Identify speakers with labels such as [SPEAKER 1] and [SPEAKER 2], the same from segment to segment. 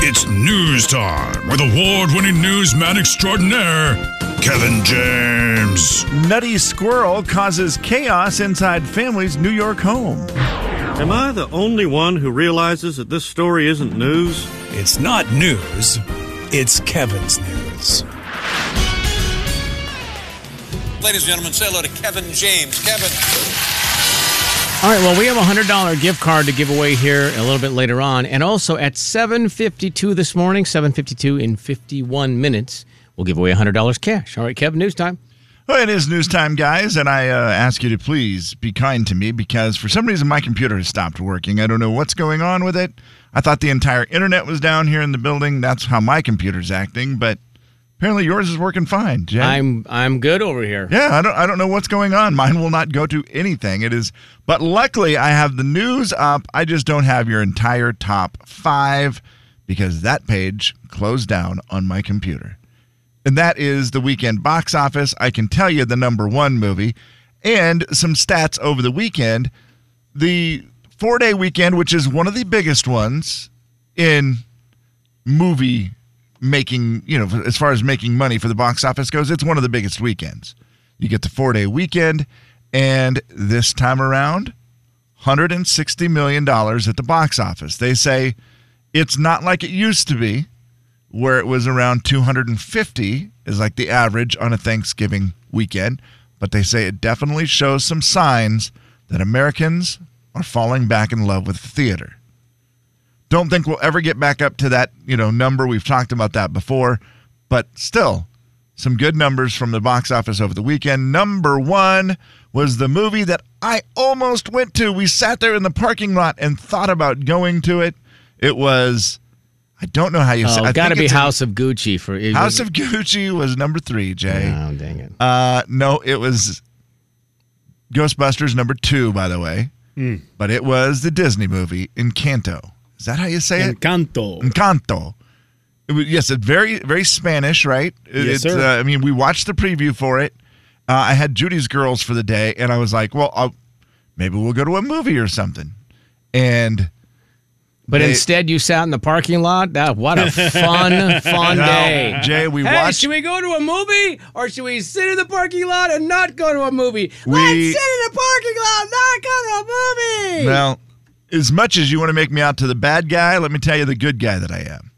[SPEAKER 1] It's news time with award winning newsman extraordinaire, Kevin James.
[SPEAKER 2] Nutty squirrel causes chaos inside family's New York home.
[SPEAKER 3] Am I the only one who realizes that this story isn't news?
[SPEAKER 4] It's not news, it's Kevin's news.
[SPEAKER 5] Ladies and gentlemen, say hello to Kevin James. Kevin.
[SPEAKER 6] All right, well, we have a $100 gift card to give away here a little bit later on. And also at 7.52 this morning, 7.52 in 51 minutes, we'll give away $100 cash. All right, Kevin, news time.
[SPEAKER 2] Well, it is news time, guys, and I uh, ask you to please be kind to me because for some reason my computer has stopped working. I don't know what's going on with it. I thought the entire internet was down here in the building. That's how my computer's acting, but apparently yours is working fine. Jay.
[SPEAKER 6] I'm I'm good over here.
[SPEAKER 2] Yeah, I don't I don't know what's going on. Mine will not go to anything. It is but luckily I have the news up. I just don't have your entire top 5 because that page closed down on my computer. And that is the weekend box office. I can tell you the number 1 movie and some stats over the weekend. The 4-day weekend, which is one of the biggest ones in movie making, you know, as far as making money for the box office goes, it's one of the biggest weekends. You get the four day weekend, and this time around, $160 million at the box office. They say it's not like it used to be, where it was around 250 is like the average on a Thanksgiving weekend, but they say it definitely shows some signs that Americans are falling back in love with theater don't think we'll ever get back up to that you know number we've talked about that before but still some good numbers from the box office over the weekend number one was the movie that i almost went to we sat there in the parking lot and thought about going to it it was i don't know how you say
[SPEAKER 6] Oh,
[SPEAKER 2] I
[SPEAKER 6] got to
[SPEAKER 2] think
[SPEAKER 6] be
[SPEAKER 2] it's a-
[SPEAKER 6] House of Gucci for
[SPEAKER 2] house of gucci was number three jay
[SPEAKER 6] Oh, dang it.
[SPEAKER 2] uh, no, it was Ghostbusters number two, by the way. But it was the Disney movie Encanto. Is that how you say it?
[SPEAKER 7] Encanto.
[SPEAKER 2] Encanto. It was, yes, it's very very Spanish, right? It-
[SPEAKER 7] Yes,
[SPEAKER 2] it's,
[SPEAKER 7] sir.
[SPEAKER 2] Uh, I mean, we watched the preview for it. Uh, I had Judy's girls for the day, and I was like, well, I'll, maybe we'll go to a movie or something. And
[SPEAKER 6] But
[SPEAKER 2] they-
[SPEAKER 6] instead, you sat in the parking lot. That what a fun, fun
[SPEAKER 2] No,
[SPEAKER 6] day.
[SPEAKER 2] Jay, we
[SPEAKER 6] hey,
[SPEAKER 2] watched-
[SPEAKER 6] should we go to a movie or should we sit in the parking lot and not go to a movie?
[SPEAKER 2] We-
[SPEAKER 6] Let's sit in the parking lot, not go to a movie.
[SPEAKER 2] Well, as much as you want to make me out to the bad guy, let me tell you the good guy that I am.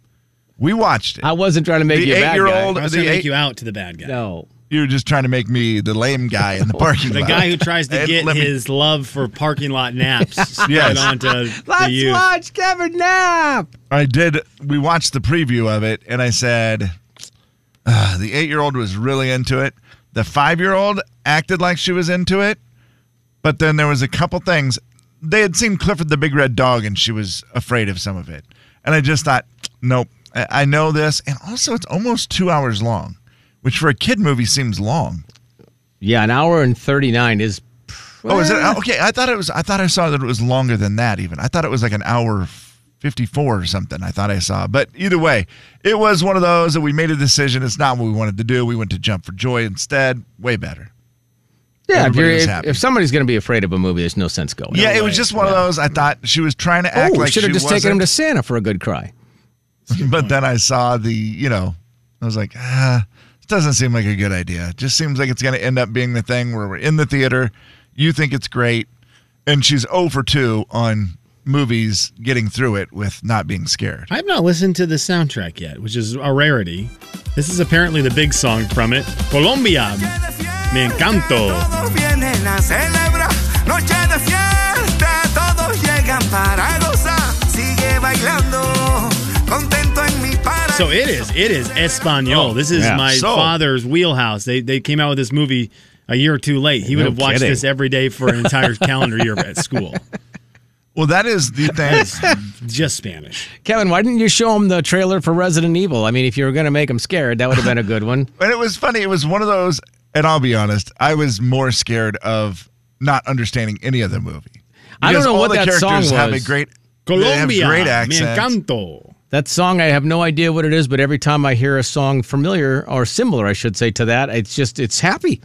[SPEAKER 2] We watched it.
[SPEAKER 6] I wasn't trying to make
[SPEAKER 2] the
[SPEAKER 6] you a bad guy.
[SPEAKER 2] eight-year-old,
[SPEAKER 7] I was
[SPEAKER 2] the
[SPEAKER 7] going to
[SPEAKER 2] eight,
[SPEAKER 7] make you out to the bad guy.
[SPEAKER 6] No.
[SPEAKER 2] You were just trying to make me the lame guy in the parking
[SPEAKER 7] The
[SPEAKER 2] lot.
[SPEAKER 7] guy who tries to
[SPEAKER 2] And
[SPEAKER 7] get
[SPEAKER 2] let me-
[SPEAKER 7] his love for parking lot naps
[SPEAKER 2] Yes.
[SPEAKER 7] spread onto the
[SPEAKER 6] Let's
[SPEAKER 7] youth.
[SPEAKER 6] watch Kevin Knapp.
[SPEAKER 2] I did. We watched the preview of it, and I said, "Ah, the eight-year-old was really into it. The five-year-old acted like she was into it, but then there was a couple things. They had seen Clifford the Big Red Dog, and she was afraid of some of it. And I just thought, nope. I, I know this, and also it's almost two hours long, which for a kid movie seems long.
[SPEAKER 6] Yeah, an hour and 39 is.
[SPEAKER 2] Oh, is it okay? I thought it was. I thought I saw that it was longer than that. Even I thought it was like an hour fifty-four or something. I thought I saw, but either way, it was one of those that we made a decision. It's not what we wanted to do. We went to Jump for Joy instead. Way better.
[SPEAKER 6] Yeah, if,
[SPEAKER 2] Everybody
[SPEAKER 6] you're,
[SPEAKER 2] was
[SPEAKER 6] if,
[SPEAKER 2] happy.
[SPEAKER 6] if somebody's going to be afraid of a movie, there's no sense going.
[SPEAKER 2] yeah, it was just one of those. I thought she was trying to act
[SPEAKER 6] Oh,
[SPEAKER 2] like
[SPEAKER 6] should have
[SPEAKER 2] she
[SPEAKER 6] just taken him to Santa for a good cry.
[SPEAKER 2] wasn't, But then I saw the. You know, I was like, ah, this doesn't seem like a good idea. It just seems like it's going to end up being the thing where we're in the theater. You think it's great, and she's 0 for two on movies getting through it with not being scared.
[SPEAKER 7] I have not listened to the soundtrack yet, which is a rarity. This is apparently the big song from it Colombia. Me encanto.
[SPEAKER 8] Todos vienen a celebrar noche de fiesta, todos llegan para gozar. Sigue bailando, contento en mi paraíso.
[SPEAKER 7] So it is. It is Espanol. This is
[SPEAKER 6] yeah.
[SPEAKER 7] my
[SPEAKER 2] Oh, So-
[SPEAKER 7] father's wheelhouse. They, they came out with this movie a year or two late. He would
[SPEAKER 6] No
[SPEAKER 7] have watched
[SPEAKER 6] kidding.
[SPEAKER 7] this every day for an entire calendar year at school.
[SPEAKER 2] Well, that is the thing.
[SPEAKER 7] Just Spanish.
[SPEAKER 6] Kevin, why didn't you show him the trailer for Resident Evil? I mean, if you were going to make him scared, that would have been a good one.
[SPEAKER 2] and it was funny. It was one of those, and I'll be honest, I was more scared of not understanding any other movie.
[SPEAKER 6] I don't
[SPEAKER 2] Because
[SPEAKER 6] know
[SPEAKER 2] all
[SPEAKER 6] what
[SPEAKER 2] the
[SPEAKER 6] that
[SPEAKER 2] characters
[SPEAKER 6] song
[SPEAKER 2] have a
[SPEAKER 6] was.
[SPEAKER 2] great, they have
[SPEAKER 7] Colombia.
[SPEAKER 2] great
[SPEAKER 7] Me
[SPEAKER 2] accent.
[SPEAKER 7] encanto.
[SPEAKER 6] That song, I have no idea what it is, but every time I hear a song familiar or similar, I should say, to that, it's just, it's happy.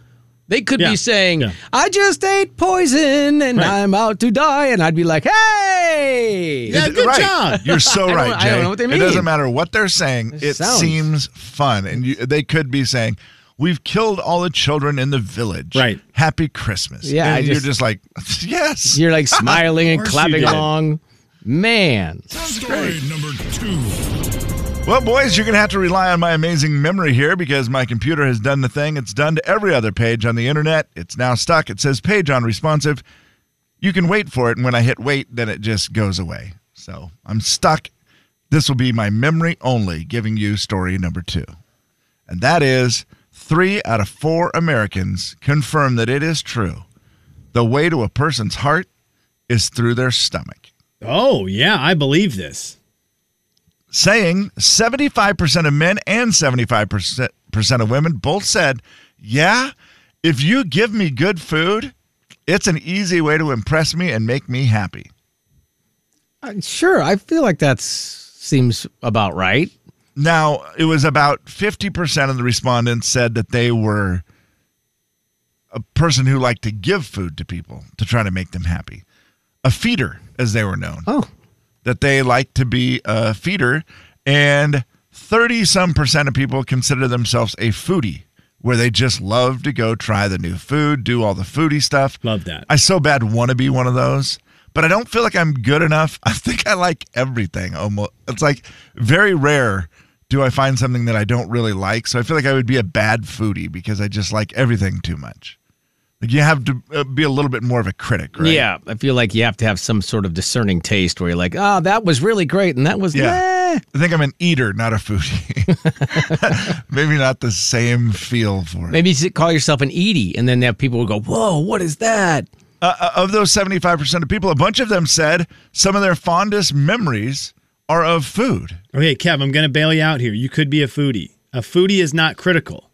[SPEAKER 6] They could
[SPEAKER 7] Yeah,
[SPEAKER 6] be saying,
[SPEAKER 7] yeah.
[SPEAKER 6] I just ate poison and
[SPEAKER 7] Right.
[SPEAKER 6] I'm out to die. And I'd be like, hey.
[SPEAKER 7] Yeah, good
[SPEAKER 2] right.
[SPEAKER 7] job.
[SPEAKER 2] You're so
[SPEAKER 6] I don't-
[SPEAKER 2] right,
[SPEAKER 6] I
[SPEAKER 2] Jay.
[SPEAKER 6] don't know what they
[SPEAKER 2] It
[SPEAKER 6] mean.
[SPEAKER 2] doesn't matter what they're saying. It,
[SPEAKER 6] It sounds-
[SPEAKER 2] seems fun, and you, they could be saying, "We've killed all the children in the village."
[SPEAKER 7] Right.
[SPEAKER 2] Happy Christmas.
[SPEAKER 6] Yeah,
[SPEAKER 2] And
[SPEAKER 6] I
[SPEAKER 2] you're
[SPEAKER 6] just-
[SPEAKER 2] just like, yes.
[SPEAKER 6] You're like smiling and
[SPEAKER 7] course you
[SPEAKER 6] clapping
[SPEAKER 7] did.
[SPEAKER 6] along. Man.
[SPEAKER 1] Story number two.
[SPEAKER 2] Well, boys, you're going to have to rely on my amazing memory here because my computer has done the thing it's done to every other page on the internet. It's now stuck. It says page unresponsive. You can wait for it, and when I hit wait, then it just goes away. So I'm stuck. This will be my memory only, giving you story number two. And that is three out of four Americans confirm that it is true. The way to a person's heart is through their stomach.
[SPEAKER 7] Oh, yeah, I believe this.
[SPEAKER 2] saying 75% of men and 75% percent of women both said, Yeah, if you give me good food, it's an easy way to impress me and make me happy.
[SPEAKER 6] Uh, Sure. I feel like that seems about right.
[SPEAKER 2] Now, it was about 50% of the respondents said that they were a person who liked to give food to people to try to make them happy, a feeder, as they were known.
[SPEAKER 6] Oh,
[SPEAKER 2] that they like to be a feeder, and 30 some percent of people consider themselves a foodie, where they just love to go try the new food, do all the foodie stuff.
[SPEAKER 7] Love that.
[SPEAKER 2] I so bad want to be one of those, but I don't feel like I'm good enough. I think I like everything almost. It's like very rare. Do I find something that I don't really like? So I feel like I would be a bad foodie because I just like everything too much. Like you have to uh, be a little bit more of a critic, right?
[SPEAKER 6] yeah. I feel like you have to have some sort of discerning taste where you're like, oh, that was really great. And that was,
[SPEAKER 2] Yeah.
[SPEAKER 6] yeah.
[SPEAKER 2] I think I'm an eater, not a foodie. Maybe not the same feel for it.
[SPEAKER 6] Maybe you should call yourself an Edie, and then have people will go, "Whoa, what is that?"
[SPEAKER 2] Uh, uh, of those 75% of people, a bunch of them said some of their fondest memories are of food.
[SPEAKER 7] Okay, Kev, I'm going to bail you out here. You could be a foodie. A foodie is not critical.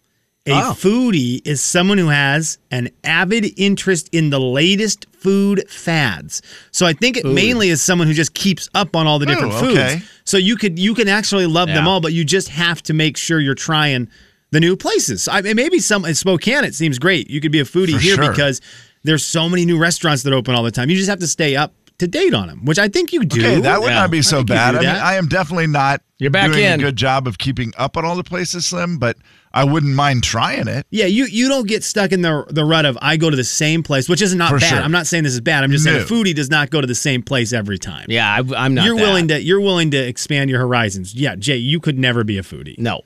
[SPEAKER 7] A
[SPEAKER 6] Oh.
[SPEAKER 7] foodie is someone who has an avid interest in the latest food fads. So I think it mainly is someone who just keeps up on all the different
[SPEAKER 2] Oh,
[SPEAKER 7] foods.
[SPEAKER 2] okay.
[SPEAKER 7] So you could you can actually love them
[SPEAKER 6] Yeah.
[SPEAKER 7] all, but you just have to make sure you're trying the new places. I mean, maybe some in Spokane it seems great. You could be a foodie
[SPEAKER 2] For
[SPEAKER 7] here
[SPEAKER 2] sure.
[SPEAKER 7] because there's so many new restaurants that open all the time. You just have to stay up to date on them, which I think you do.
[SPEAKER 2] Okay, that would
[SPEAKER 6] Yeah.
[SPEAKER 2] not be
[SPEAKER 7] I
[SPEAKER 2] so
[SPEAKER 7] think you
[SPEAKER 2] bad.
[SPEAKER 7] do
[SPEAKER 2] I mean,
[SPEAKER 7] that.
[SPEAKER 2] I am definitely not
[SPEAKER 6] You're back
[SPEAKER 2] doing
[SPEAKER 6] in.
[SPEAKER 2] a good job of keeping up on all the places, Slim, but I wouldn't mind trying it.
[SPEAKER 7] Yeah, you you don't get stuck in the the rut of I go to the same place, which is not
[SPEAKER 2] For
[SPEAKER 7] bad.
[SPEAKER 2] sure.
[SPEAKER 7] I'm not saying this is bad. I'm just saying a
[SPEAKER 2] No.
[SPEAKER 7] foodie does not go to the same place every time.
[SPEAKER 6] Yeah, I, am not.
[SPEAKER 7] you're
[SPEAKER 6] that.
[SPEAKER 7] willing to you're willing to expand your horizons. Yeah, Jay, you could never be a foodie.
[SPEAKER 6] No,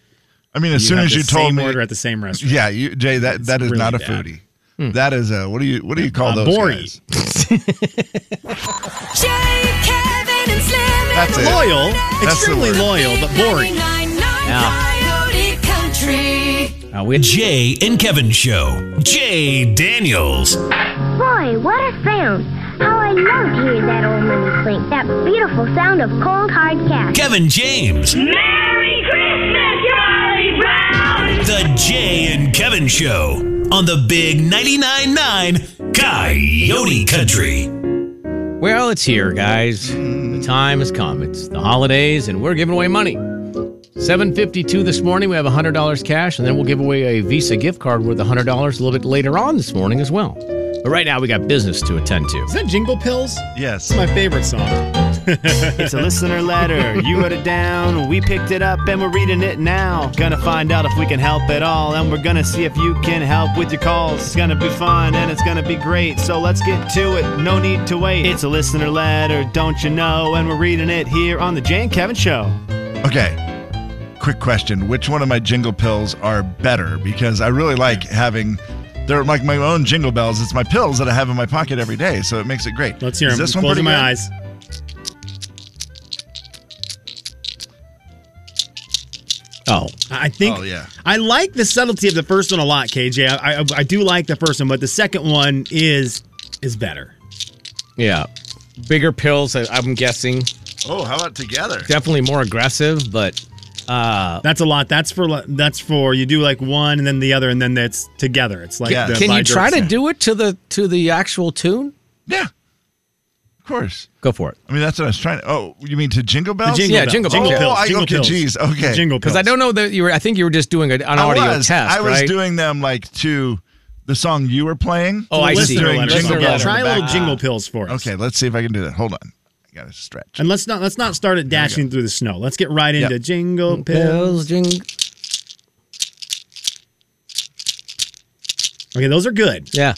[SPEAKER 2] I mean, as soon
[SPEAKER 7] have
[SPEAKER 2] as
[SPEAKER 7] the
[SPEAKER 2] you told
[SPEAKER 7] same
[SPEAKER 2] me,
[SPEAKER 7] order at the same restaurant.
[SPEAKER 2] yeah, you, Jay, that, that is
[SPEAKER 7] really
[SPEAKER 2] not a
[SPEAKER 7] bad. Hmm.
[SPEAKER 2] foodie. That is a what do you what do you call
[SPEAKER 7] A
[SPEAKER 2] those
[SPEAKER 7] bori.
[SPEAKER 2] guys?
[SPEAKER 9] Jay, Kevin, and Slim.
[SPEAKER 2] That's it.
[SPEAKER 7] Loyal,
[SPEAKER 2] the
[SPEAKER 7] extremely
[SPEAKER 2] word.
[SPEAKER 7] loyal, but boring.
[SPEAKER 9] 99.9
[SPEAKER 6] Yeah.
[SPEAKER 9] Coyote Country.
[SPEAKER 6] Uh, we
[SPEAKER 4] Jay and Kevin Show. Jay Daniels.
[SPEAKER 10] Boy, what a sound! How I love to hear that old money clink, that beautiful sound of cold hard cash.
[SPEAKER 4] Kevin James.
[SPEAKER 10] Merry Christmas, Charlie Brown!
[SPEAKER 4] The Jay and Kevin Show on the Big 99.9 9 Coyote Country.
[SPEAKER 6] Well, it's here, guys. The time has come. It's the holidays, and we're giving away money. 752 this morning, we have $100 cash, and then we'll give away a Visa gift card worth $100 a little bit later on this morning as well. But right now, we got business to attend
[SPEAKER 7] Is
[SPEAKER 6] to.
[SPEAKER 7] that Jingle Pills?
[SPEAKER 2] Yes.
[SPEAKER 7] It's my favorite song.
[SPEAKER 11] It's a listener letter. You wrote it down. We picked it up and we're reading it now. Gonna find out if we can help at all. And we're gonna see if you can help with your calls. It's gonna be fun and it's gonna be great. So let's get to it. No need to wait. It's a listener letter, don't you know? And we're reading it here on The Jay and Kevin Show.
[SPEAKER 2] Okay. Quick question: Which one of my jingle pills are better? Because I really like having. They're like my own jingle bells. It's my pills that I have in my pocket every day, so it makes it great.
[SPEAKER 7] Let's hear
[SPEAKER 2] Is
[SPEAKER 7] him.
[SPEAKER 2] This one
[SPEAKER 7] Closing
[SPEAKER 2] pretty
[SPEAKER 7] my
[SPEAKER 2] good?
[SPEAKER 7] eyes.
[SPEAKER 6] Oh,
[SPEAKER 7] I think
[SPEAKER 2] Oh, yeah.
[SPEAKER 7] I like the subtlety of the first one a lot, KJ. I, I I do like the first one, but the second one is is better.
[SPEAKER 6] yeah. Bigger pills, I- I'm guessing.
[SPEAKER 2] Oh, how about together?
[SPEAKER 6] Definitely more aggressive, but
[SPEAKER 7] That's a lot. That's for that's for you do like one and then the other and then that's together. It's like
[SPEAKER 2] Yeah.
[SPEAKER 7] the
[SPEAKER 6] can you
[SPEAKER 7] Liger
[SPEAKER 6] try to
[SPEAKER 7] sound.
[SPEAKER 6] do it to the to the actual tune?
[SPEAKER 2] Yeah. Of course.
[SPEAKER 6] Go for it.
[SPEAKER 2] I mean, that's what I was trying to. Oh, you mean to jingle bells?
[SPEAKER 7] jingle
[SPEAKER 6] Yeah,
[SPEAKER 7] bells,
[SPEAKER 6] jingle
[SPEAKER 2] oh,
[SPEAKER 6] bells.
[SPEAKER 7] pills,
[SPEAKER 2] I,
[SPEAKER 7] jingle
[SPEAKER 2] okay,
[SPEAKER 7] pills.
[SPEAKER 2] geez, okay.
[SPEAKER 7] Jingle
[SPEAKER 6] Because I
[SPEAKER 7] pills.
[SPEAKER 6] don't know that you were. I think you were just doing an an
[SPEAKER 2] I
[SPEAKER 6] audio
[SPEAKER 2] was,
[SPEAKER 6] test.
[SPEAKER 2] I was
[SPEAKER 6] right?
[SPEAKER 2] doing them like to the song you were playing.
[SPEAKER 7] Oh, I see.
[SPEAKER 2] Listener
[SPEAKER 7] Listener
[SPEAKER 2] and Jingle
[SPEAKER 7] letter. Listener
[SPEAKER 2] Bells.
[SPEAKER 7] letter. Try a little Ah. jingle pills for us.
[SPEAKER 2] Okay, let's see if I can do that. Hold on. I got to stretch.
[SPEAKER 7] And let's not let's not start at dashing through the snow. Let's get right into
[SPEAKER 2] Yep.
[SPEAKER 7] jingle
[SPEAKER 6] Bells
[SPEAKER 7] pills. Okay, those are good.
[SPEAKER 6] Yeah.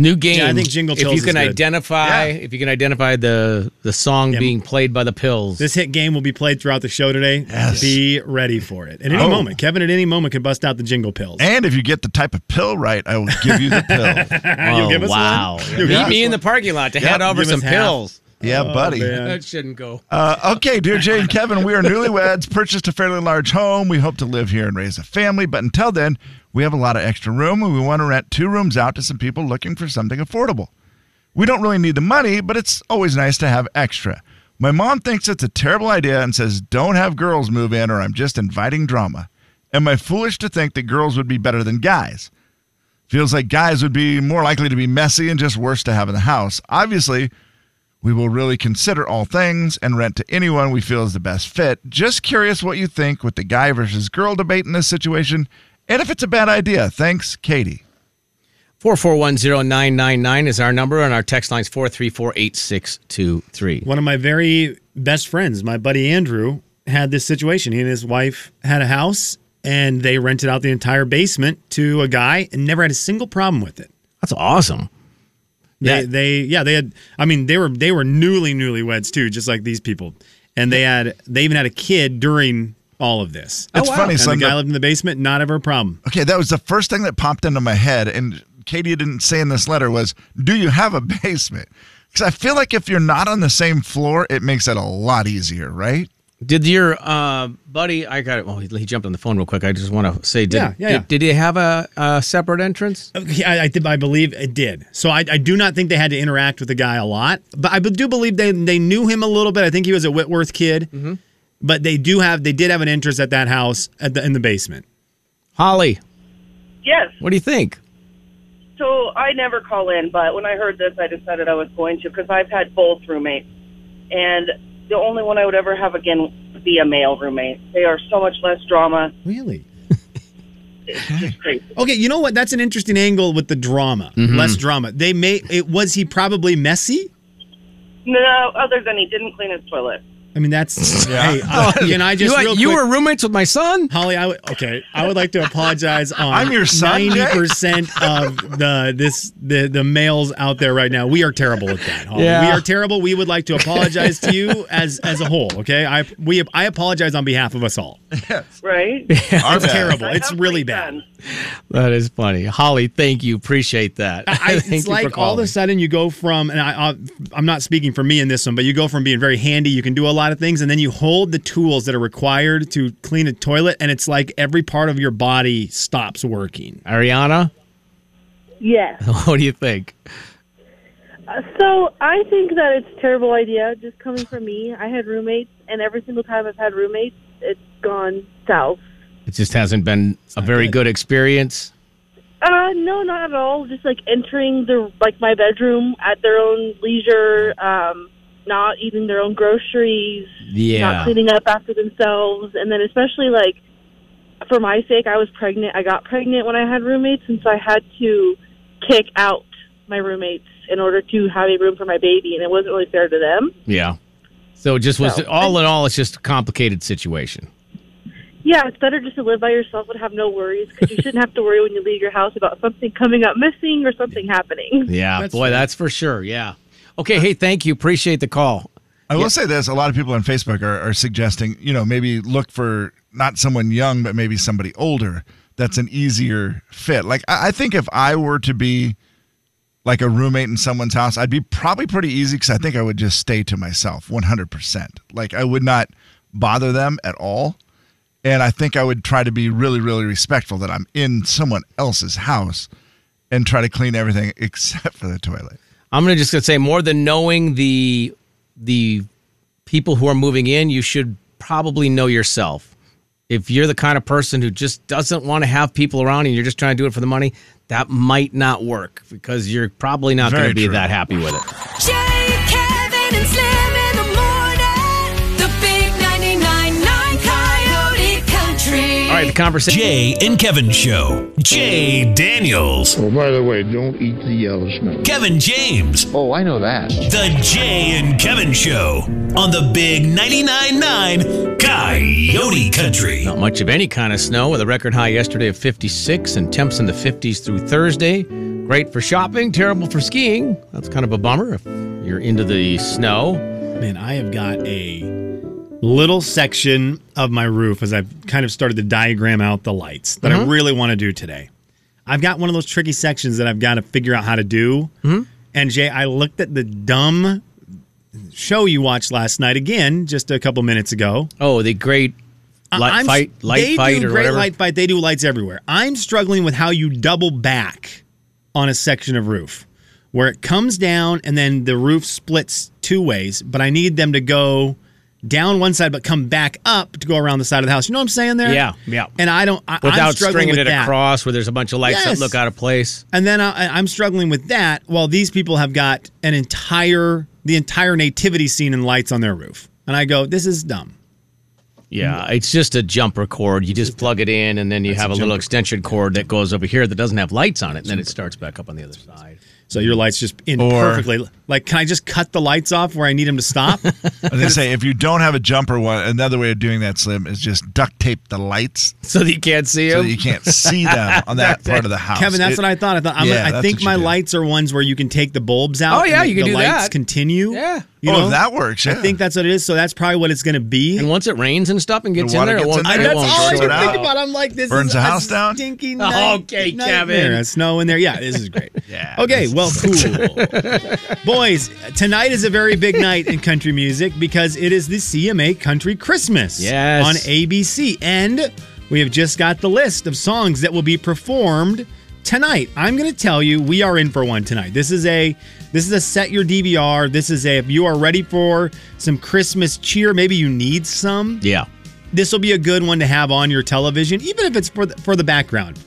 [SPEAKER 6] New game.
[SPEAKER 7] Yeah, I think Jingle
[SPEAKER 6] If
[SPEAKER 7] Pills
[SPEAKER 6] you can
[SPEAKER 7] is good.
[SPEAKER 6] identify, if you can identify the the song being played by the Pills.
[SPEAKER 7] This hit game will be played throughout the show today.
[SPEAKER 2] Yes.
[SPEAKER 7] Be ready for it. At any
[SPEAKER 2] Oh.
[SPEAKER 7] moment, Kevin at any moment could bust out the jingle pills.
[SPEAKER 2] And if you get the type of pill right, I will give you the pill.
[SPEAKER 7] You'll give us one?
[SPEAKER 6] Oh, wow.
[SPEAKER 7] You'll give
[SPEAKER 6] Meet
[SPEAKER 7] us
[SPEAKER 6] me in the parking lot to hand over
[SPEAKER 7] give us
[SPEAKER 6] some
[SPEAKER 7] half.
[SPEAKER 6] pills.
[SPEAKER 2] yeah, buddy.
[SPEAKER 7] Oh, man.
[SPEAKER 6] That shouldn't go.
[SPEAKER 2] Uh, okay, dear Jay and Kevin, we are newlyweds, purchased a fairly large home. We hope to live here and raise a family, but until then, we have a lot of extra room and we want to rent two rooms out to some people looking for something affordable. We don't really need the money, but it's always nice to have extra. My mom thinks it's a terrible idea and says, Don't have girls move in or I'm just inviting drama. Am I foolish to think that girls would be better than guys? Feels like guys would be more likely to be messy and just worse to have in the house. Obviously, we will really consider all things and rent to anyone we feel is the best fit. Just curious what you think with the guy versus girl debate in this situation and if it's a bad idea. Thanks, Katie.
[SPEAKER 6] 4410999 is our number, and our text line's 4348623.
[SPEAKER 7] One of my very best friends, my buddy Andrew, had this situation. He and his wife had a house and they rented out the entire basement to a guy and never had a single problem with it.
[SPEAKER 6] That's awesome.
[SPEAKER 7] They,
[SPEAKER 6] Yeah.
[SPEAKER 7] they yeah, they had I mean, they were they were newly newlyweds too, just like these people. And they had they even had a kid during all of this.
[SPEAKER 2] It's funny,
[SPEAKER 7] Oh, And
[SPEAKER 2] son.
[SPEAKER 7] the guy
[SPEAKER 2] that-
[SPEAKER 7] lived in the basement, not ever a problem.
[SPEAKER 2] okay, that was the first thing that popped into my head, and Katie didn't say in this letter was, "Do you have a basement?" Because I feel like if you're not on the same floor, it makes it a lot easier, right?
[SPEAKER 6] Did your uh, buddy, I got it. Well, he, he jumped on the phone real quick. I just want to say, did,
[SPEAKER 7] Yeah, yeah,
[SPEAKER 6] did,
[SPEAKER 7] yeah.
[SPEAKER 6] did he have a, a separate entrance?
[SPEAKER 7] Okay, I, I, th- I believe it did. So I, I do not think they had to interact with the guy a lot, but I do believe they they knew him a little bit. I think he was a Whitworth kid,
[SPEAKER 6] Mm-hmm.
[SPEAKER 7] but they do have they did have an interest at that house at the, in the basement.
[SPEAKER 6] Holly,
[SPEAKER 12] Yes.
[SPEAKER 6] what do you think?
[SPEAKER 12] So I never call in, but when I heard this, I decided I was going to because I've had both roommates, and the only one I would ever have again would be a male roommate. They are so much less drama.
[SPEAKER 7] Really?
[SPEAKER 12] It's crazy.
[SPEAKER 7] Okay, you know what? That's an interesting angle with the drama. Less drama. They may it was he probably messy?
[SPEAKER 12] No, other than he didn't clean his toilet.
[SPEAKER 7] I mean that's hey, uh, can I just
[SPEAKER 6] you,
[SPEAKER 7] real
[SPEAKER 6] you
[SPEAKER 7] quick-
[SPEAKER 6] were roommates with my son?
[SPEAKER 7] Holly, I would okay. I would like to apologize on
[SPEAKER 2] I'm your son, Jay?
[SPEAKER 7] ninety percent of the this the the males out there right now. We are terrible at that. Holly.
[SPEAKER 6] Yeah.
[SPEAKER 7] We are terrible. We would like to apologize to you as as a whole. Okay, I we I apologize on behalf of us all.
[SPEAKER 12] Right?
[SPEAKER 2] Our
[SPEAKER 7] It's
[SPEAKER 2] bad.
[SPEAKER 7] terrible. It's
[SPEAKER 12] That's
[SPEAKER 7] really
[SPEAKER 12] pretty
[SPEAKER 7] bad.
[SPEAKER 12] fun.
[SPEAKER 6] That is funny. Holly, thank you. Appreciate that.
[SPEAKER 7] I,
[SPEAKER 6] Thank you
[SPEAKER 7] it's
[SPEAKER 6] for
[SPEAKER 7] like all of
[SPEAKER 6] calling.
[SPEAKER 7] a sudden you go from, and I, I, I'm not speaking for me in this one, but you go from being very handy, you can do a lot of things, and then you hold the tools that are required to clean a toilet, and it's like every part of your body stops working.
[SPEAKER 6] Ariana,
[SPEAKER 13] Yes.
[SPEAKER 6] what do you think?
[SPEAKER 13] Uh, So I think that it's a terrible idea. Just coming from me, I had roommates, and every single time I've had roommates, it's gone south.
[SPEAKER 6] It just hasn't been a very good experience.
[SPEAKER 13] Uh, no, not at all. Just like entering their like my bedroom at their own leisure, um, not eating their own groceries,
[SPEAKER 6] Yeah.
[SPEAKER 13] not cleaning up after themselves, and then especially like for my sake, I was pregnant. I got pregnant when I had roommates, and so I had to kick out my roommates in order to have a room for my baby, and it wasn't really fair to them.
[SPEAKER 6] Yeah. So it just was
[SPEAKER 13] So-
[SPEAKER 6] all in all, it's just a complicated situation.
[SPEAKER 13] Yeah, it's better just to live by yourself and have no worries because you shouldn't have to worry when you leave your house about something coming up missing or something happening.
[SPEAKER 6] Yeah,
[SPEAKER 7] That's
[SPEAKER 6] boy,
[SPEAKER 7] fair.
[SPEAKER 6] that's for sure. Yeah. Okay. Hey, thank you. Appreciate the call.
[SPEAKER 2] I will say this: a lot of people on Facebook are, are suggesting, you know, maybe look for not someone young, but maybe somebody older. That's an easier fit. Like I, I think if I were to be like a roommate in someone's house, I'd be probably pretty easy because I think I would just stay to myself, one hundred percent. Like I would not bother them at all, and I think I would try to be really, really respectful that I'm in someone else's house and try to clean everything except for the toilet.
[SPEAKER 6] I'm gonna just gonna say more than knowing the the people who are moving in, you should probably know yourself. If you're the kind of person who just doesn't want to have people around and you're just trying to do it for the money, that might not work because you're probably not
[SPEAKER 2] Very
[SPEAKER 6] going to be
[SPEAKER 2] true.
[SPEAKER 6] that happy with it.
[SPEAKER 9] Jay, Kevin, and Slim in the morning. The big 99.9 Coyote Country.
[SPEAKER 6] All right, conversation.
[SPEAKER 4] Jay and Kevin Show. Jay Daniels. Oh, by the way, don't eat the yellow snow. Kevin James. Oh, I know that. The Jay and Kevin Show on the Big 99.9 9 Coyote Country.
[SPEAKER 6] Not much of any kind of snow with a record high yesterday of 56 and temps in the 50s through Thursday. Great for shopping, terrible for skiing. That's kind of a bummer if you're into the snow.
[SPEAKER 7] Man, I have got a little section of my roof as I've kind of started to diagram out the lights that I really want to do today. I've got one of those tricky sections that I've got to figure out how to do. And Jay, I looked at the dumb show you watched last night again, just a couple minutes ago.
[SPEAKER 6] Oh, the great light fight, light
[SPEAKER 7] they
[SPEAKER 6] fight,
[SPEAKER 7] do
[SPEAKER 6] or
[SPEAKER 7] great
[SPEAKER 6] whatever.
[SPEAKER 7] light fight. They do lights everywhere. I'm struggling with how you double back on a section of roof where it comes down and then the roof splits two ways. But I need them to go down one side but come back up to go around the side of the house. You know what I'm saying there?
[SPEAKER 6] Yeah, yeah.
[SPEAKER 7] And I don't. I, I'm
[SPEAKER 6] Without
[SPEAKER 7] struggling
[SPEAKER 6] stringing
[SPEAKER 7] with
[SPEAKER 6] it
[SPEAKER 7] that.
[SPEAKER 6] across where there's a bunch of lights
[SPEAKER 7] Yes.
[SPEAKER 6] that look out of place.
[SPEAKER 7] And then I, I- I'm struggling with that while these people have got an entire the entire nativity scene and lights on their roof. And I go, this is dumb.
[SPEAKER 6] Yeah, it's just a jumper cord. You just plug it in, and then you
[SPEAKER 7] Mm-hmm. That's
[SPEAKER 6] have a
[SPEAKER 7] a
[SPEAKER 6] little
[SPEAKER 7] jumper
[SPEAKER 6] extension cord that goes over here that doesn't have lights on it, and then it starts back up on the other side.
[SPEAKER 7] So your lights just in
[SPEAKER 2] Or-
[SPEAKER 7] perfectly. Like, can I just cut the lights off where I need them to stop?
[SPEAKER 2] I was gonna say if you don't have a jumper one, another way of doing that, Slim, is just duct tape the lights
[SPEAKER 6] so that you can't see
[SPEAKER 2] so
[SPEAKER 6] them.
[SPEAKER 2] that you can't see them on that part of the house.
[SPEAKER 7] Kevin, that's
[SPEAKER 2] It-
[SPEAKER 7] what I thought. I thought I'm
[SPEAKER 2] Yeah,
[SPEAKER 7] gonna, I
[SPEAKER 2] that's
[SPEAKER 7] think
[SPEAKER 2] what you
[SPEAKER 7] my
[SPEAKER 2] do.
[SPEAKER 7] lights are ones where you can take the bulbs out.
[SPEAKER 6] Oh, yeah,
[SPEAKER 7] and
[SPEAKER 6] you
[SPEAKER 7] the,
[SPEAKER 6] can do
[SPEAKER 7] the lights
[SPEAKER 6] that.
[SPEAKER 7] Continue.
[SPEAKER 6] Yeah.
[SPEAKER 7] You
[SPEAKER 2] Oh,
[SPEAKER 7] know?
[SPEAKER 2] that works,
[SPEAKER 7] I
[SPEAKER 2] yeah.
[SPEAKER 7] think that's what it is. So that's probably what it's going to be.
[SPEAKER 6] And once it rains and stuff and gets
[SPEAKER 2] The
[SPEAKER 6] in
[SPEAKER 2] water
[SPEAKER 6] there, it
[SPEAKER 2] gets
[SPEAKER 6] won't.
[SPEAKER 2] in
[SPEAKER 6] it
[SPEAKER 2] there,
[SPEAKER 6] won't
[SPEAKER 2] it's
[SPEAKER 6] short
[SPEAKER 2] always
[SPEAKER 6] it
[SPEAKER 2] good
[SPEAKER 6] out.
[SPEAKER 2] thing
[SPEAKER 7] But I'm like, this
[SPEAKER 2] Burns
[SPEAKER 7] is
[SPEAKER 2] the
[SPEAKER 7] a
[SPEAKER 2] house down?
[SPEAKER 7] Stinky night,
[SPEAKER 6] Okay,
[SPEAKER 7] nightmare.
[SPEAKER 6] Kevin.
[SPEAKER 7] A snow in there. Yeah, this is great.
[SPEAKER 2] Yeah.
[SPEAKER 7] Okay, well, cool. Boys, tonight is a very big night in country music because it is the CMA Country Christmas
[SPEAKER 6] Yes.
[SPEAKER 7] on ABC. And we have just got the list of songs that will be performed tonight. I'm going to tell you we are in for one tonight. This is a this is a set your DVR. This is a if you are ready for some Christmas cheer, maybe you need some
[SPEAKER 6] Yeah.
[SPEAKER 7] this will be a good one to have on your television, even if it's for the, for the background.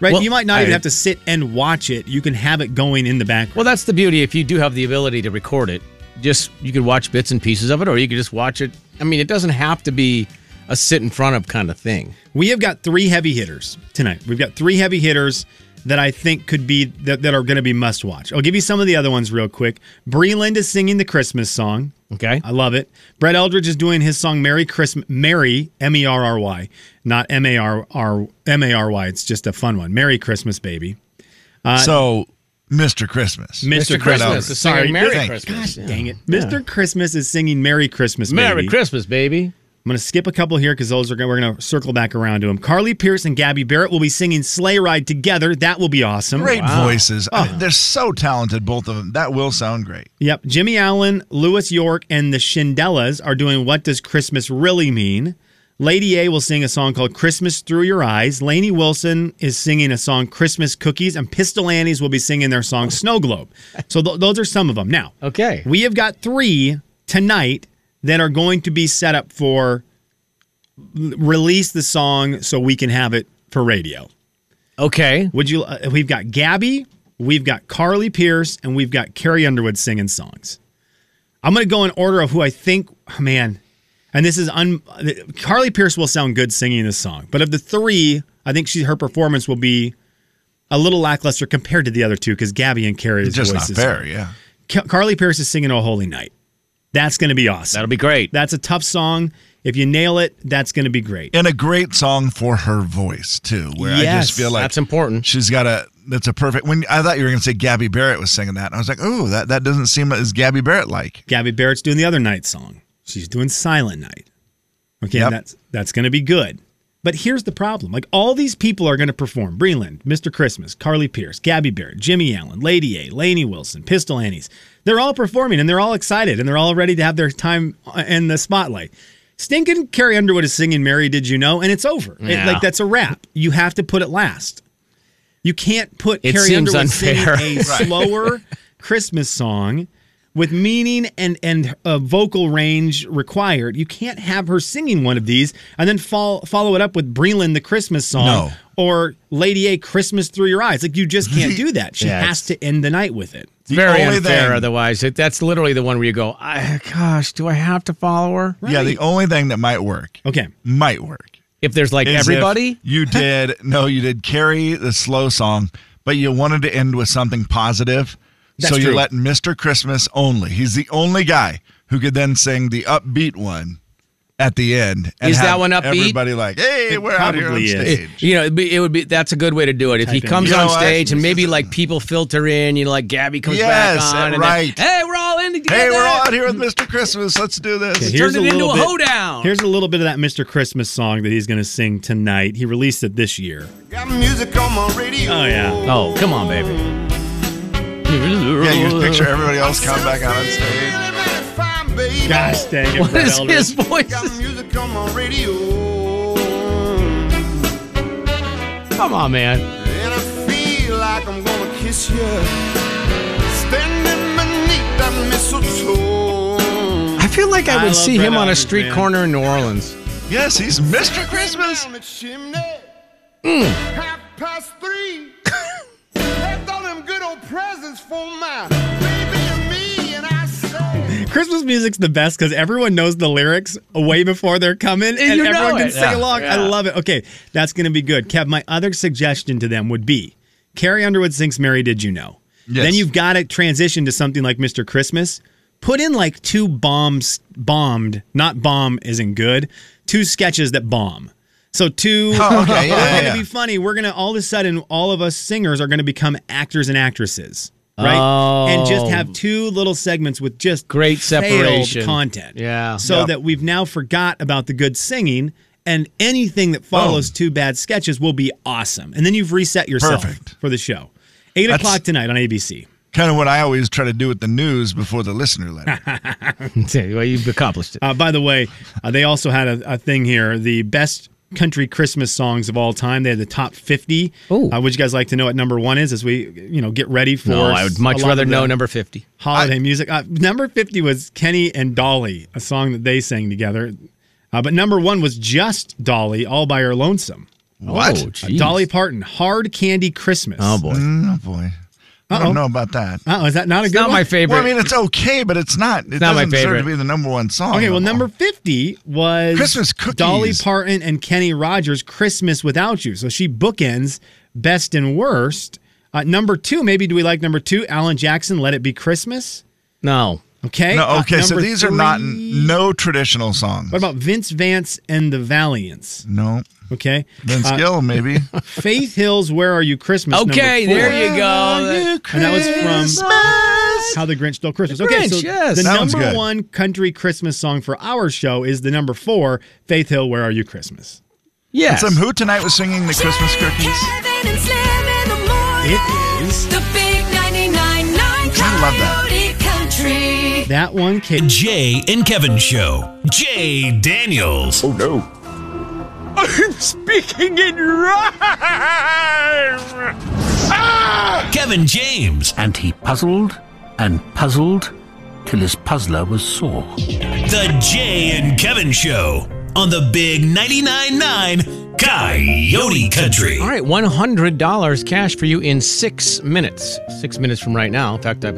[SPEAKER 7] Right?
[SPEAKER 6] Well,
[SPEAKER 7] you might
[SPEAKER 6] I-
[SPEAKER 7] not even have to sit and watch it. You can have it going in the background.
[SPEAKER 6] Well, that's the beauty. If you do have the ability to record it, just you could watch bits and pieces of it, or you could just watch it. I mean, it doesn't have to be a sit in front of kind of thing.
[SPEAKER 7] We have got three heavy hitters tonight. We've got three heavy hitters that I think could be that, that are going to be must watch. I'll give you some of the other ones real quick. Breland is singing the Christmas song.
[SPEAKER 6] Okay.
[SPEAKER 7] I love it. Brett Eldridge is doing his song "Merry Christmas." Merry M E R R Y, not M A R R M A R Y. It's just a fun one. Merry Christmas, baby.
[SPEAKER 2] so Mr. Christmas.
[SPEAKER 7] Mr.
[SPEAKER 6] Mr. Christmas
[SPEAKER 2] Christmas.
[SPEAKER 6] is singing Merry
[SPEAKER 2] Thank you.
[SPEAKER 6] Christmas.
[SPEAKER 7] God dang it. Mr. Christmas is singing Merry Christmas. Baby.
[SPEAKER 6] Merry Christmas, baby.
[SPEAKER 7] I'm going to skip a couple here because those are gonna, we're going to circle back around to them. Carly Pierce and Gabby Barrett will be singing Sleigh Ride together. That will be awesome.
[SPEAKER 2] Great voices. I mean, they're so talented, both of them. That will sound great.
[SPEAKER 7] Yep. Jimmy Allen, Lewis York, and the Shindellas are doing What Does Christmas Really Mean? Lady A will sing a song called Christmas Through Your Eyes. Laney Wilson is singing a song Christmas Cookies, and Pistol Annie's will be singing their song Snow Globe. So th- those are some of them. Now,
[SPEAKER 6] Okay.
[SPEAKER 7] We have got three tonight that are going to be set up for l- release the song so we can have it for radio.
[SPEAKER 6] Okay.
[SPEAKER 7] Would you? Uh, we've got Gabby, we've got Carly Pierce, and we've got Carrie Underwood singing songs. I'm going to go in order of who I think. oh, man, and this is un. Carly Pierce will sound good singing this song, but of the three, I think she her performance will be a little lackluster compared to the other two because Gabby and Carrie's
[SPEAKER 2] It's just not
[SPEAKER 7] voices
[SPEAKER 2] fair, yeah.
[SPEAKER 7] Ca- Carly Pierce is singing "Oh Holy Night." That's going to be awesome.
[SPEAKER 6] That'll be great.
[SPEAKER 7] That's a tough song. If you nail it, that's going to be great.
[SPEAKER 2] And a great song for her voice, too, where I
[SPEAKER 7] Yes,
[SPEAKER 2] just feel like
[SPEAKER 6] That's important.
[SPEAKER 2] she's got a. That's a perfect. When I thought you were going to say Gabby Barrett was singing that, and I was like, "Oh, that, that doesn't seem as Gabby Barrett like."
[SPEAKER 7] Gabby Barrett's doing the other night song. She's doing Silent Night. Okay,
[SPEAKER 2] Yep.
[SPEAKER 7] that's that's going to be good. But here's the problem: like all these people are going to perform. Breland, Mr. Christmas, Carly Pierce, Gabby Barrett, Jimmy Allen, Lady A, Laney Wilson, Pistol Annie's. They're all performing and they're all excited and they're all ready to have their time uh, in the spotlight. Stinking Carrie Underwood is singing "Mary, Did You Know?" and it's over. It-
[SPEAKER 6] Yeah.
[SPEAKER 7] like that's a wrap. You have to put it last. You can't put
[SPEAKER 6] It
[SPEAKER 7] Carrie
[SPEAKER 6] seems
[SPEAKER 7] Underwood
[SPEAKER 6] unfair.
[SPEAKER 7] singing a slower Christmas song with meaning and and uh, vocal range required. You can't have her singing one of these and then fall, follow it up with Breland the Christmas song
[SPEAKER 2] No.
[SPEAKER 7] or Lady A Christmas Through Your Eyes. Like you just can't do that. She
[SPEAKER 6] Yeah,
[SPEAKER 7] has to end the night with it.
[SPEAKER 6] It's very
[SPEAKER 2] only
[SPEAKER 6] unfair.
[SPEAKER 2] thing-
[SPEAKER 6] Otherwise, it, that's literally the one where you go, I, "Gosh, do I have to follow her?"
[SPEAKER 2] Yeah, the only thing that might work
[SPEAKER 7] Okay.
[SPEAKER 2] might work
[SPEAKER 6] If there's like
[SPEAKER 2] is if
[SPEAKER 6] everybody,
[SPEAKER 2] you did no, you did carry the slow song, but you wanted to end with something positive.
[SPEAKER 7] That's
[SPEAKER 2] so you
[SPEAKER 7] true.
[SPEAKER 2] let Mr. Christmas only. He's the only guy who could then sing the upbeat one at the end.
[SPEAKER 6] Is that
[SPEAKER 2] have
[SPEAKER 6] one upbeat?
[SPEAKER 2] Everybody like, hey, we're out here on stage.
[SPEAKER 6] It- you know, it'd be, it would be that's a good way to do it. If he
[SPEAKER 2] Type in.
[SPEAKER 6] comes
[SPEAKER 2] You know
[SPEAKER 6] on
[SPEAKER 2] what?
[SPEAKER 6] stage and maybe like people filter in, you know, like Gabby comes
[SPEAKER 2] Yes,
[SPEAKER 6] back on, and then,
[SPEAKER 2] right.
[SPEAKER 6] hey, we're all in together.
[SPEAKER 2] Hey, we're all out here with Mr. Christmas. Let's do this.
[SPEAKER 7] Okay,
[SPEAKER 6] Turn it into
[SPEAKER 7] little
[SPEAKER 6] a hoedown.
[SPEAKER 7] Here's a little bit of that Mr. Christmas song that he's going to sing tonight. He released it this year.
[SPEAKER 8] Got music on my radio.
[SPEAKER 7] Oh yeah.
[SPEAKER 6] Oh, come on, baby.
[SPEAKER 2] Yeah, you just picture everybody else come back out on stage.
[SPEAKER 7] Gosh dang it,
[SPEAKER 6] What
[SPEAKER 7] Brett
[SPEAKER 6] is
[SPEAKER 7] Eldridge.
[SPEAKER 6] his voice?
[SPEAKER 8] Got music on my radio.
[SPEAKER 6] Come on, man.
[SPEAKER 8] And I feel like I'm gonna kiss you. Standing beneath that mistletoe.
[SPEAKER 6] I feel like I
[SPEAKER 8] I
[SPEAKER 6] would
[SPEAKER 8] love
[SPEAKER 6] see
[SPEAKER 8] Brett
[SPEAKER 6] him on a
[SPEAKER 8] Eldridge,
[SPEAKER 6] street
[SPEAKER 8] man.
[SPEAKER 6] corner in New Orleans.
[SPEAKER 2] Yes, he's Mr. Christmas.
[SPEAKER 8] Down the chimney.
[SPEAKER 6] Mm.
[SPEAKER 8] Half past three. Left all them good old presents for my baby and me. And I say,
[SPEAKER 7] Christmas music's the best because everyone knows the lyrics way before they're coming, and,
[SPEAKER 8] you know
[SPEAKER 7] everyone can
[SPEAKER 8] it.
[SPEAKER 7] sing
[SPEAKER 8] Yeah.
[SPEAKER 7] along. I
[SPEAKER 8] Yeah.
[SPEAKER 7] love it. Okay, that's going to be good. Kev, my other suggestion to them would be Carrie Underwood sings "Mary, Did You Know." Then you've got to transition to something like Mr. Christmas. Put in like two bombs, bombed, not bomb isn't good. Two sketches that bomb. So two.
[SPEAKER 2] Oh, okay, yeah,
[SPEAKER 7] we're
[SPEAKER 2] yeah,
[SPEAKER 7] gonna
[SPEAKER 2] yeah.
[SPEAKER 7] be funny. We're gonna all of a sudden, all of us singers are gonna become actors and actresses, right? And just
[SPEAKER 6] Oh.
[SPEAKER 7] have two little segments with just
[SPEAKER 6] Great
[SPEAKER 7] failed
[SPEAKER 6] separation.
[SPEAKER 7] content.
[SPEAKER 6] Yeah.
[SPEAKER 7] So
[SPEAKER 6] Yep.
[SPEAKER 7] that we've now forgot about the good singing and anything that follows two bad sketches will be awesome. And then you've reset yourself
[SPEAKER 2] Perfect.
[SPEAKER 7] for the show. Eight
[SPEAKER 2] That's-
[SPEAKER 7] o'clock tonight on ABC.
[SPEAKER 2] Kind of what I always try to do with the news before the listener letter.
[SPEAKER 6] well, you've accomplished it.
[SPEAKER 7] Uh, by the way, uh, they also had a, a thing here the best country Christmas songs of all time. They had the top 50. Uh, would you guys like to know what number one is as we you know get ready for?
[SPEAKER 6] No, I would much
[SPEAKER 7] a lot
[SPEAKER 6] rather
[SPEAKER 7] of the
[SPEAKER 6] know number 50.
[SPEAKER 7] Holiday music. Uh, number 50 was Kenny and Dolly, a song that they sang together. Uh, but number one was just Dolly, All By Her Lonesome.
[SPEAKER 2] What?
[SPEAKER 7] Uh, Dolly Parton, Hard Candy Christmas.
[SPEAKER 6] Oh, boy.
[SPEAKER 2] Mm, oh boy. I
[SPEAKER 7] Uh-oh.
[SPEAKER 2] don't know about that.
[SPEAKER 7] Oh, is that not a good one?
[SPEAKER 2] Well, I mean, it's okay, but it's not. It
[SPEAKER 7] not my
[SPEAKER 2] doesn't deserve to
[SPEAKER 7] favorite.
[SPEAKER 2] be the number one song.
[SPEAKER 7] okay, well, number 50 was
[SPEAKER 2] Christmas cookies.
[SPEAKER 7] Dolly Parton and Kenny Rogers, Christmas Without You. So she bookends best and worst. Uh, number two, maybe do we like number two? Alan Jackson, Let It Be Christmas.
[SPEAKER 6] No.
[SPEAKER 7] Okay.
[SPEAKER 2] No,
[SPEAKER 7] Uh,
[SPEAKER 2] okay, so
[SPEAKER 7] number
[SPEAKER 2] these are not
[SPEAKER 7] three-
[SPEAKER 2] no traditional songs.
[SPEAKER 7] What about Vince Vance and the Valiants?
[SPEAKER 2] No.
[SPEAKER 7] Okay.
[SPEAKER 2] Vince
[SPEAKER 7] Uh,
[SPEAKER 2] Gill, maybe.
[SPEAKER 7] Faith Hill's Where Are You Christmas? number
[SPEAKER 6] Okay, there
[SPEAKER 7] four.
[SPEAKER 6] you go.
[SPEAKER 7] And that was from How the Grinch Stole Christmas. Okay,
[SPEAKER 6] Grinch,
[SPEAKER 7] so
[SPEAKER 6] yes.
[SPEAKER 7] the
[SPEAKER 6] Sounds
[SPEAKER 7] number
[SPEAKER 6] good.
[SPEAKER 7] one country Christmas song for our show is the number four, Faith Hill, Where Are You Christmas?
[SPEAKER 6] Yes.
[SPEAKER 2] And some who tonight was singing the Christmas cookies?
[SPEAKER 9] Kevin and Slim in the morning.
[SPEAKER 7] It is.
[SPEAKER 9] The big 99.9
[SPEAKER 7] love that.
[SPEAKER 9] Coyote Country.
[SPEAKER 7] That one came.
[SPEAKER 4] Jay and Kevin Show. Jay Daniels. Oh, no.
[SPEAKER 8] I'm speaking in rhyme.
[SPEAKER 4] Kevin James.
[SPEAKER 14] And he puzzled and puzzled till his puzzler was sore.
[SPEAKER 4] The Jay and Kevin Show on the Big 99.9 Coyote Country.
[SPEAKER 6] All right, $100 cash for you in six minutes. Six minutes from right now. In fact, I've,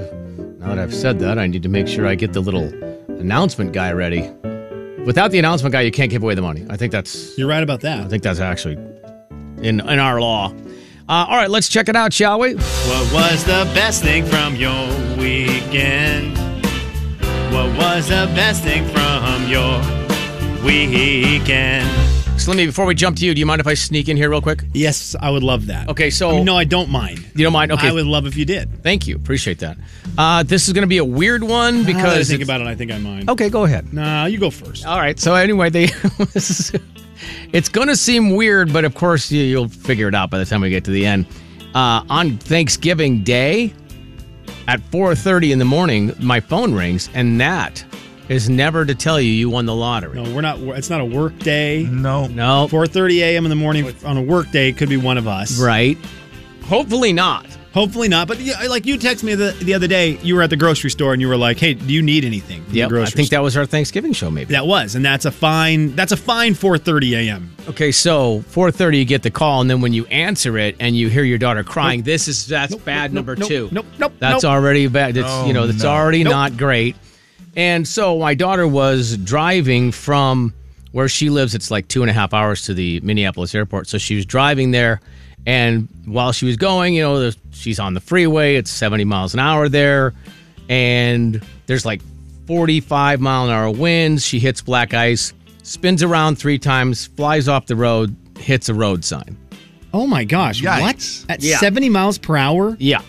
[SPEAKER 6] now that I've said that, I need to make sure I get the little announcement guy ready. Without the announcement guy, you can't give away the money. I think that's.
[SPEAKER 7] You're right about that.
[SPEAKER 6] I think that's actually in, in our law. Uh, all right, let's check it out, shall we?
[SPEAKER 11] What was the best thing from your weekend? What was the best thing from your weekend?
[SPEAKER 6] So let me, before we jump to you, do you mind if I sneak in here real quick?
[SPEAKER 7] Yes, I would love that.
[SPEAKER 6] Okay, so.
[SPEAKER 7] I mean, no, I don't mind.
[SPEAKER 6] You don't mind? Okay.
[SPEAKER 7] I would love if you did.
[SPEAKER 6] Thank you. Appreciate that. Uh, this is going to be a weird one
[SPEAKER 7] Now that I
[SPEAKER 6] because.
[SPEAKER 7] think
[SPEAKER 6] it's- Oh.
[SPEAKER 7] about it, I think I mind.
[SPEAKER 6] okay, go ahead.
[SPEAKER 7] Nah, you go first.
[SPEAKER 6] All right. So anyway, they it's going to seem weird, but of course you, you'll figure it out by the time we get to the end. Uh, on Thanksgiving Day at 4:30 in the morning, my phone rings, and that is never to tell you you won the lottery.
[SPEAKER 7] No, we're not. It's not a work day.
[SPEAKER 2] No.
[SPEAKER 6] No.
[SPEAKER 7] 4:30 a.m. in the morning on a work day could be one of us.
[SPEAKER 6] Right. Hopefully not.
[SPEAKER 7] Hopefully not. But yeah, like you texted me the, the other day, you were at the grocery store and you were like, "Hey, do you need anything?" from the
[SPEAKER 6] Yep. I
[SPEAKER 7] grocery
[SPEAKER 6] think that was our Thanksgiving show, maybe.
[SPEAKER 7] That was, and that's a fine. That's a fine 4:30 a.m.
[SPEAKER 6] Okay, so 4:30 you get the call, and then when you answer it and you hear your daughter crying, this is that's bad number
[SPEAKER 7] nope,
[SPEAKER 6] two.
[SPEAKER 7] nope, nope,
[SPEAKER 6] That's
[SPEAKER 7] nope.
[SPEAKER 6] already bad. It's you know
[SPEAKER 7] Oh,
[SPEAKER 6] that's
[SPEAKER 7] no.
[SPEAKER 6] already
[SPEAKER 7] Nope.
[SPEAKER 6] not great. And so my daughter was driving from Where she lives, it's like two and a half hours to the Minneapolis airport. So she was driving there, and while she was going, you know, there's- she's on the freeway. It's 70 miles an hour there, and there's like 45 mile an hour winds. She hits black ice, spins around three times, flies off the road, hits a road sign.
[SPEAKER 7] Oh my gosh!
[SPEAKER 6] Yikes.
[SPEAKER 7] What at
[SPEAKER 6] Yeah.
[SPEAKER 7] seventy miles per hour?
[SPEAKER 6] Yeah.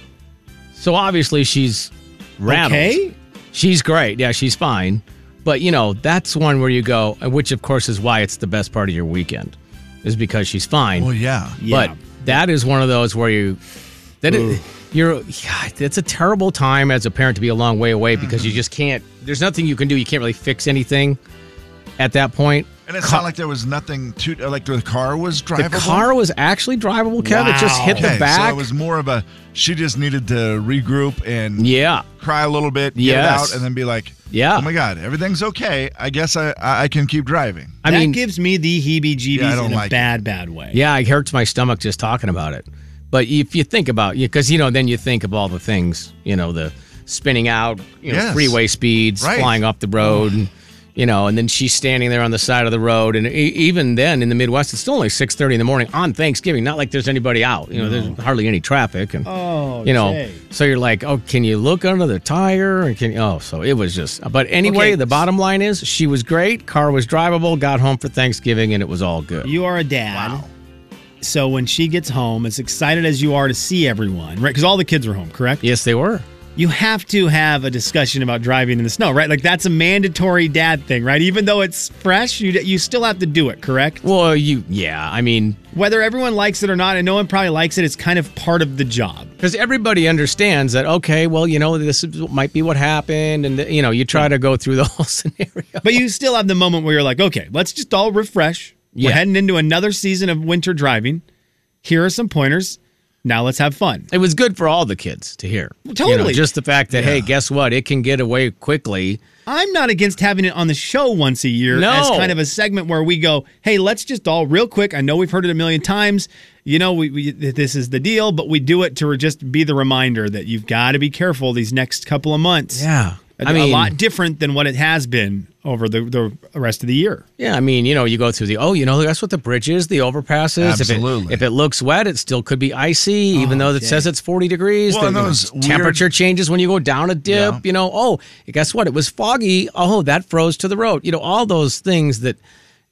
[SPEAKER 6] So obviously she's rattled.
[SPEAKER 7] Okay?
[SPEAKER 6] She's great. Yeah, she's fine. But you know, that's one where you go, which of course is why it's the best part of your weekend, is because she's fine.
[SPEAKER 2] Well, yeah.
[SPEAKER 6] But that is one of those where you that
[SPEAKER 2] Ooh.
[SPEAKER 6] it, you're yeah, it's a terrible time as a parent to be a long way away because
[SPEAKER 2] Mm-hmm.
[SPEAKER 6] you just can't there's nothing you can do. You can't really fix anything at that point.
[SPEAKER 2] And it sounded like there was nothing to like the car was drivable.
[SPEAKER 6] The car was actually drivable, Kev. It just hit
[SPEAKER 2] Okay,
[SPEAKER 6] the back.
[SPEAKER 2] So it was more of a she just needed to regroup and
[SPEAKER 6] yeah,
[SPEAKER 2] cry a little bit, get it
[SPEAKER 6] Yes.
[SPEAKER 2] out, and then be like,
[SPEAKER 6] Yeah.
[SPEAKER 2] oh my god, everything's okay. I guess I I I can keep driving.
[SPEAKER 7] that gives me the heebie-jeebies
[SPEAKER 6] Yeah, I don't
[SPEAKER 7] in a
[SPEAKER 6] like it.
[SPEAKER 7] bad, bad way.
[SPEAKER 6] Yeah, it hurts my stomach just talking about it. But if you think about you, because you know, then you think of all the things, you know, the spinning out, you know,
[SPEAKER 15] Yes.
[SPEAKER 6] freeway speeds,
[SPEAKER 15] Right.
[SPEAKER 6] flying off the road, and, you know, and then she's standing there on the side of the road, and e- even then in the Midwest, it's still only six thirty in the morning on Thanksgiving. Not like there's anybody out, you know, there's hardly any traffic, and
[SPEAKER 7] Oh,
[SPEAKER 6] you know,
[SPEAKER 7] Jay.
[SPEAKER 6] so you're like, oh, can you look under the tire? And can oh, so it was just. But anyway, the bottom line is she was great. Car was drivable. Got home for Thanksgiving, and it was all good.
[SPEAKER 7] You are a dad. So when she gets home, as excited as you are to see everyone, right? Because all the kids were home, correct?
[SPEAKER 6] Yes, they were.
[SPEAKER 7] You have to have a discussion about driving in the snow, right? Like that's a mandatory dad thing, right? Even though it's fresh, you you still have to do it, correct?
[SPEAKER 6] Well, you yeah, I mean,
[SPEAKER 7] whether everyone likes it or not, and no one probably likes it, it's kind of part of the job.
[SPEAKER 6] Because everybody understands that, okay, well, you know, this is- might be what happened. And, you know, you try to go through the whole scenario.
[SPEAKER 7] But you still have the moment where you're like, okay, let's just all refresh. We're
[SPEAKER 6] Yeah.
[SPEAKER 7] heading into another season of winter driving. Here are some pointers. Now let's have fun.
[SPEAKER 6] It was good for all the kids to hear. You know,
[SPEAKER 7] Totally.
[SPEAKER 6] just the fact that, hey, guess what? It can get away quickly.
[SPEAKER 7] I'm not against having it on the show once a year
[SPEAKER 6] No.
[SPEAKER 7] as kind of a segment where we go, hey, let's just all real quick. I know we've heard it a million times. You know, we, we th- this is the deal, but we do it to just be the reminder that you've got to be careful these next couple of months.
[SPEAKER 6] Yeah.
[SPEAKER 7] A,
[SPEAKER 6] I
[SPEAKER 7] a
[SPEAKER 6] mean-
[SPEAKER 7] lot different than what it has been over the, the rest of the year.
[SPEAKER 6] Yeah, I mean, you know, you go through the, oh, you know, that's what the bridge is, the overpass is. If
[SPEAKER 2] Absolutely.
[SPEAKER 6] it, if it looks wet, it still could be icy, even though it says it's 40 degrees.
[SPEAKER 2] Well,
[SPEAKER 6] The-
[SPEAKER 2] and those
[SPEAKER 6] the temperature changes when you go down a dip, you know, oh, guess what? It was foggy. Oh, that froze to the road. You know, all those things that,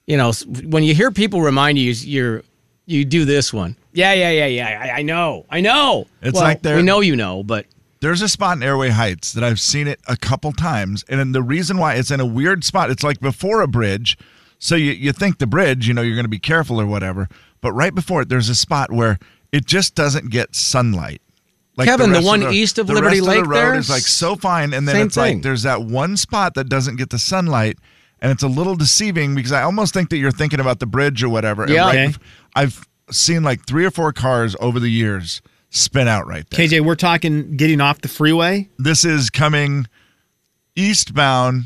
[SPEAKER 6] you know, s- when you hear people remind you, you're, you do this one. Yeah, yeah, yeah, yeah. I, I know. I know.
[SPEAKER 2] It's
[SPEAKER 6] Well,
[SPEAKER 2] like there.
[SPEAKER 6] We know you know, but
[SPEAKER 2] there's a spot in Airway Heights that I've seen it a couple times, and then the reason why it's in a weird spot, it's like before a bridge, so you you think the bridge, you know, you're going to be careful or whatever, but right before it, there's a spot where it just doesn't get sunlight.
[SPEAKER 6] Kevin, the
[SPEAKER 2] rest
[SPEAKER 6] one east of
[SPEAKER 2] the
[SPEAKER 6] Liberty
[SPEAKER 2] rest
[SPEAKER 6] Lake
[SPEAKER 2] of the road
[SPEAKER 6] there?
[SPEAKER 2] is like so fine, and then
[SPEAKER 6] Same
[SPEAKER 2] it's
[SPEAKER 6] thing.
[SPEAKER 2] like there's that one spot that doesn't get the sunlight, and it's a little deceiving because I almost think that you're thinking about the bridge or whatever. and
[SPEAKER 6] Yeah.
[SPEAKER 2] right
[SPEAKER 6] Okay.
[SPEAKER 2] bef- I've seen like three or four cars over the years spin out right there.
[SPEAKER 7] KJ, we're talking getting off the freeway.
[SPEAKER 2] This is coming eastbound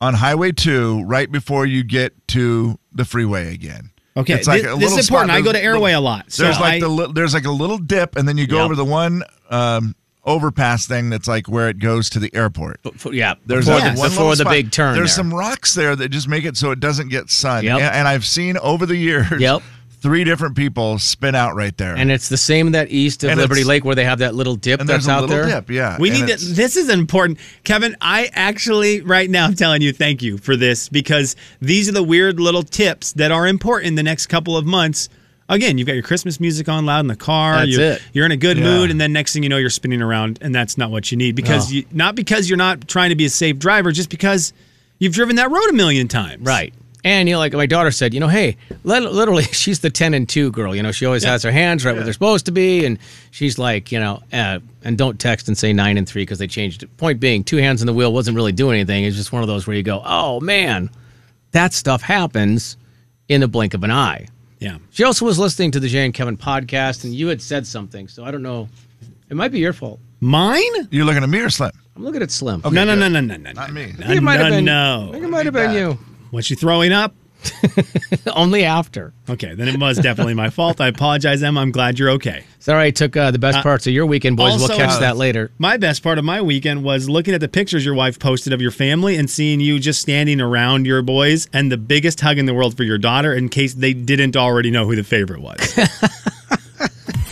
[SPEAKER 2] on Highway 2 right before you get to the freeway again.
[SPEAKER 7] Okay,
[SPEAKER 2] It's like
[SPEAKER 7] thi-
[SPEAKER 2] a
[SPEAKER 7] this is
[SPEAKER 2] little
[SPEAKER 7] important. I
[SPEAKER 2] there's
[SPEAKER 7] go to Airway a lot, so
[SPEAKER 2] there's like
[SPEAKER 7] I-
[SPEAKER 2] the li- there's like a little dip and then you go
[SPEAKER 7] Yeah.
[SPEAKER 2] over the one um, overpass thing that's like where it goes to the airport.
[SPEAKER 6] yeah.
[SPEAKER 2] There's
[SPEAKER 6] before,
[SPEAKER 2] that
[SPEAKER 6] the,
[SPEAKER 2] one
[SPEAKER 6] before
[SPEAKER 2] little
[SPEAKER 6] the
[SPEAKER 2] spot.
[SPEAKER 6] big turn.
[SPEAKER 2] There's
[SPEAKER 6] there.
[SPEAKER 2] some rocks there that just make it so it doesn't get sun.
[SPEAKER 6] Yep.
[SPEAKER 2] A- And, I've seen over the years
[SPEAKER 6] Yep.
[SPEAKER 2] three different people spin out right there.
[SPEAKER 6] And it's the same that east of
[SPEAKER 2] And
[SPEAKER 6] Liberty
[SPEAKER 2] it's-
[SPEAKER 6] Lake where they have that little dip
[SPEAKER 2] and
[SPEAKER 6] that's
[SPEAKER 2] there's a
[SPEAKER 6] out
[SPEAKER 2] little
[SPEAKER 6] there.
[SPEAKER 2] dip, yeah.
[SPEAKER 7] We
[SPEAKER 2] and
[SPEAKER 7] need to,
[SPEAKER 2] it's-
[SPEAKER 7] this is important. Kevin, I actually right now I'm telling you thank you for this because these are the weird little tips that are important the next couple of months. Again, you've got your Christmas music on loud in the car.
[SPEAKER 6] That's
[SPEAKER 7] you,
[SPEAKER 6] it.
[SPEAKER 7] You're in a good
[SPEAKER 6] Yeah.
[SPEAKER 7] mood, and then next thing you know, you're spinning around, and that's not what you need because
[SPEAKER 6] No.
[SPEAKER 7] you, not because you're not trying to be a safe driver, just because you've driven that road a million times.
[SPEAKER 6] Right. And you know, like my daughter said, you know, hey, lit- literally, she's the ten and two girl. You know, she always
[SPEAKER 7] Yeah.
[SPEAKER 6] has her hands right where they're supposed to be, and she's like, you know, uh, and don't text and say nine and three because they changed it. Point being, two hands on the wheel wasn't really doing anything. It's just one of those where you go, oh man, that stuff happens in the blink of an eye.
[SPEAKER 7] Yeah.
[SPEAKER 6] She also was listening to the Jay and Kevin podcast, and you had said something, so I don't know. It might be your fault.
[SPEAKER 7] Mine?
[SPEAKER 2] You're looking at me or Slim?
[SPEAKER 6] I'm looking at Slim.
[SPEAKER 7] no, no, no, no, no, no, no.
[SPEAKER 2] Not me.
[SPEAKER 6] I think it might have been.
[SPEAKER 7] No.
[SPEAKER 6] I think it might have been you.
[SPEAKER 7] Was she throwing up?
[SPEAKER 6] Only after.
[SPEAKER 7] Okay, then it was definitely my fault. I apologize, Em. I'm glad you're okay.
[SPEAKER 6] Sorry, I took uh, the best
[SPEAKER 7] Uh,
[SPEAKER 6] parts of your weekend, boys.
[SPEAKER 7] also,
[SPEAKER 6] we'll catch
[SPEAKER 7] uh,
[SPEAKER 6] that later.
[SPEAKER 7] My best part of my weekend was looking at the pictures your wife posted of your family and seeing you just standing around your boys and the biggest hug in the world for your daughter in case they didn't already know who the favorite was.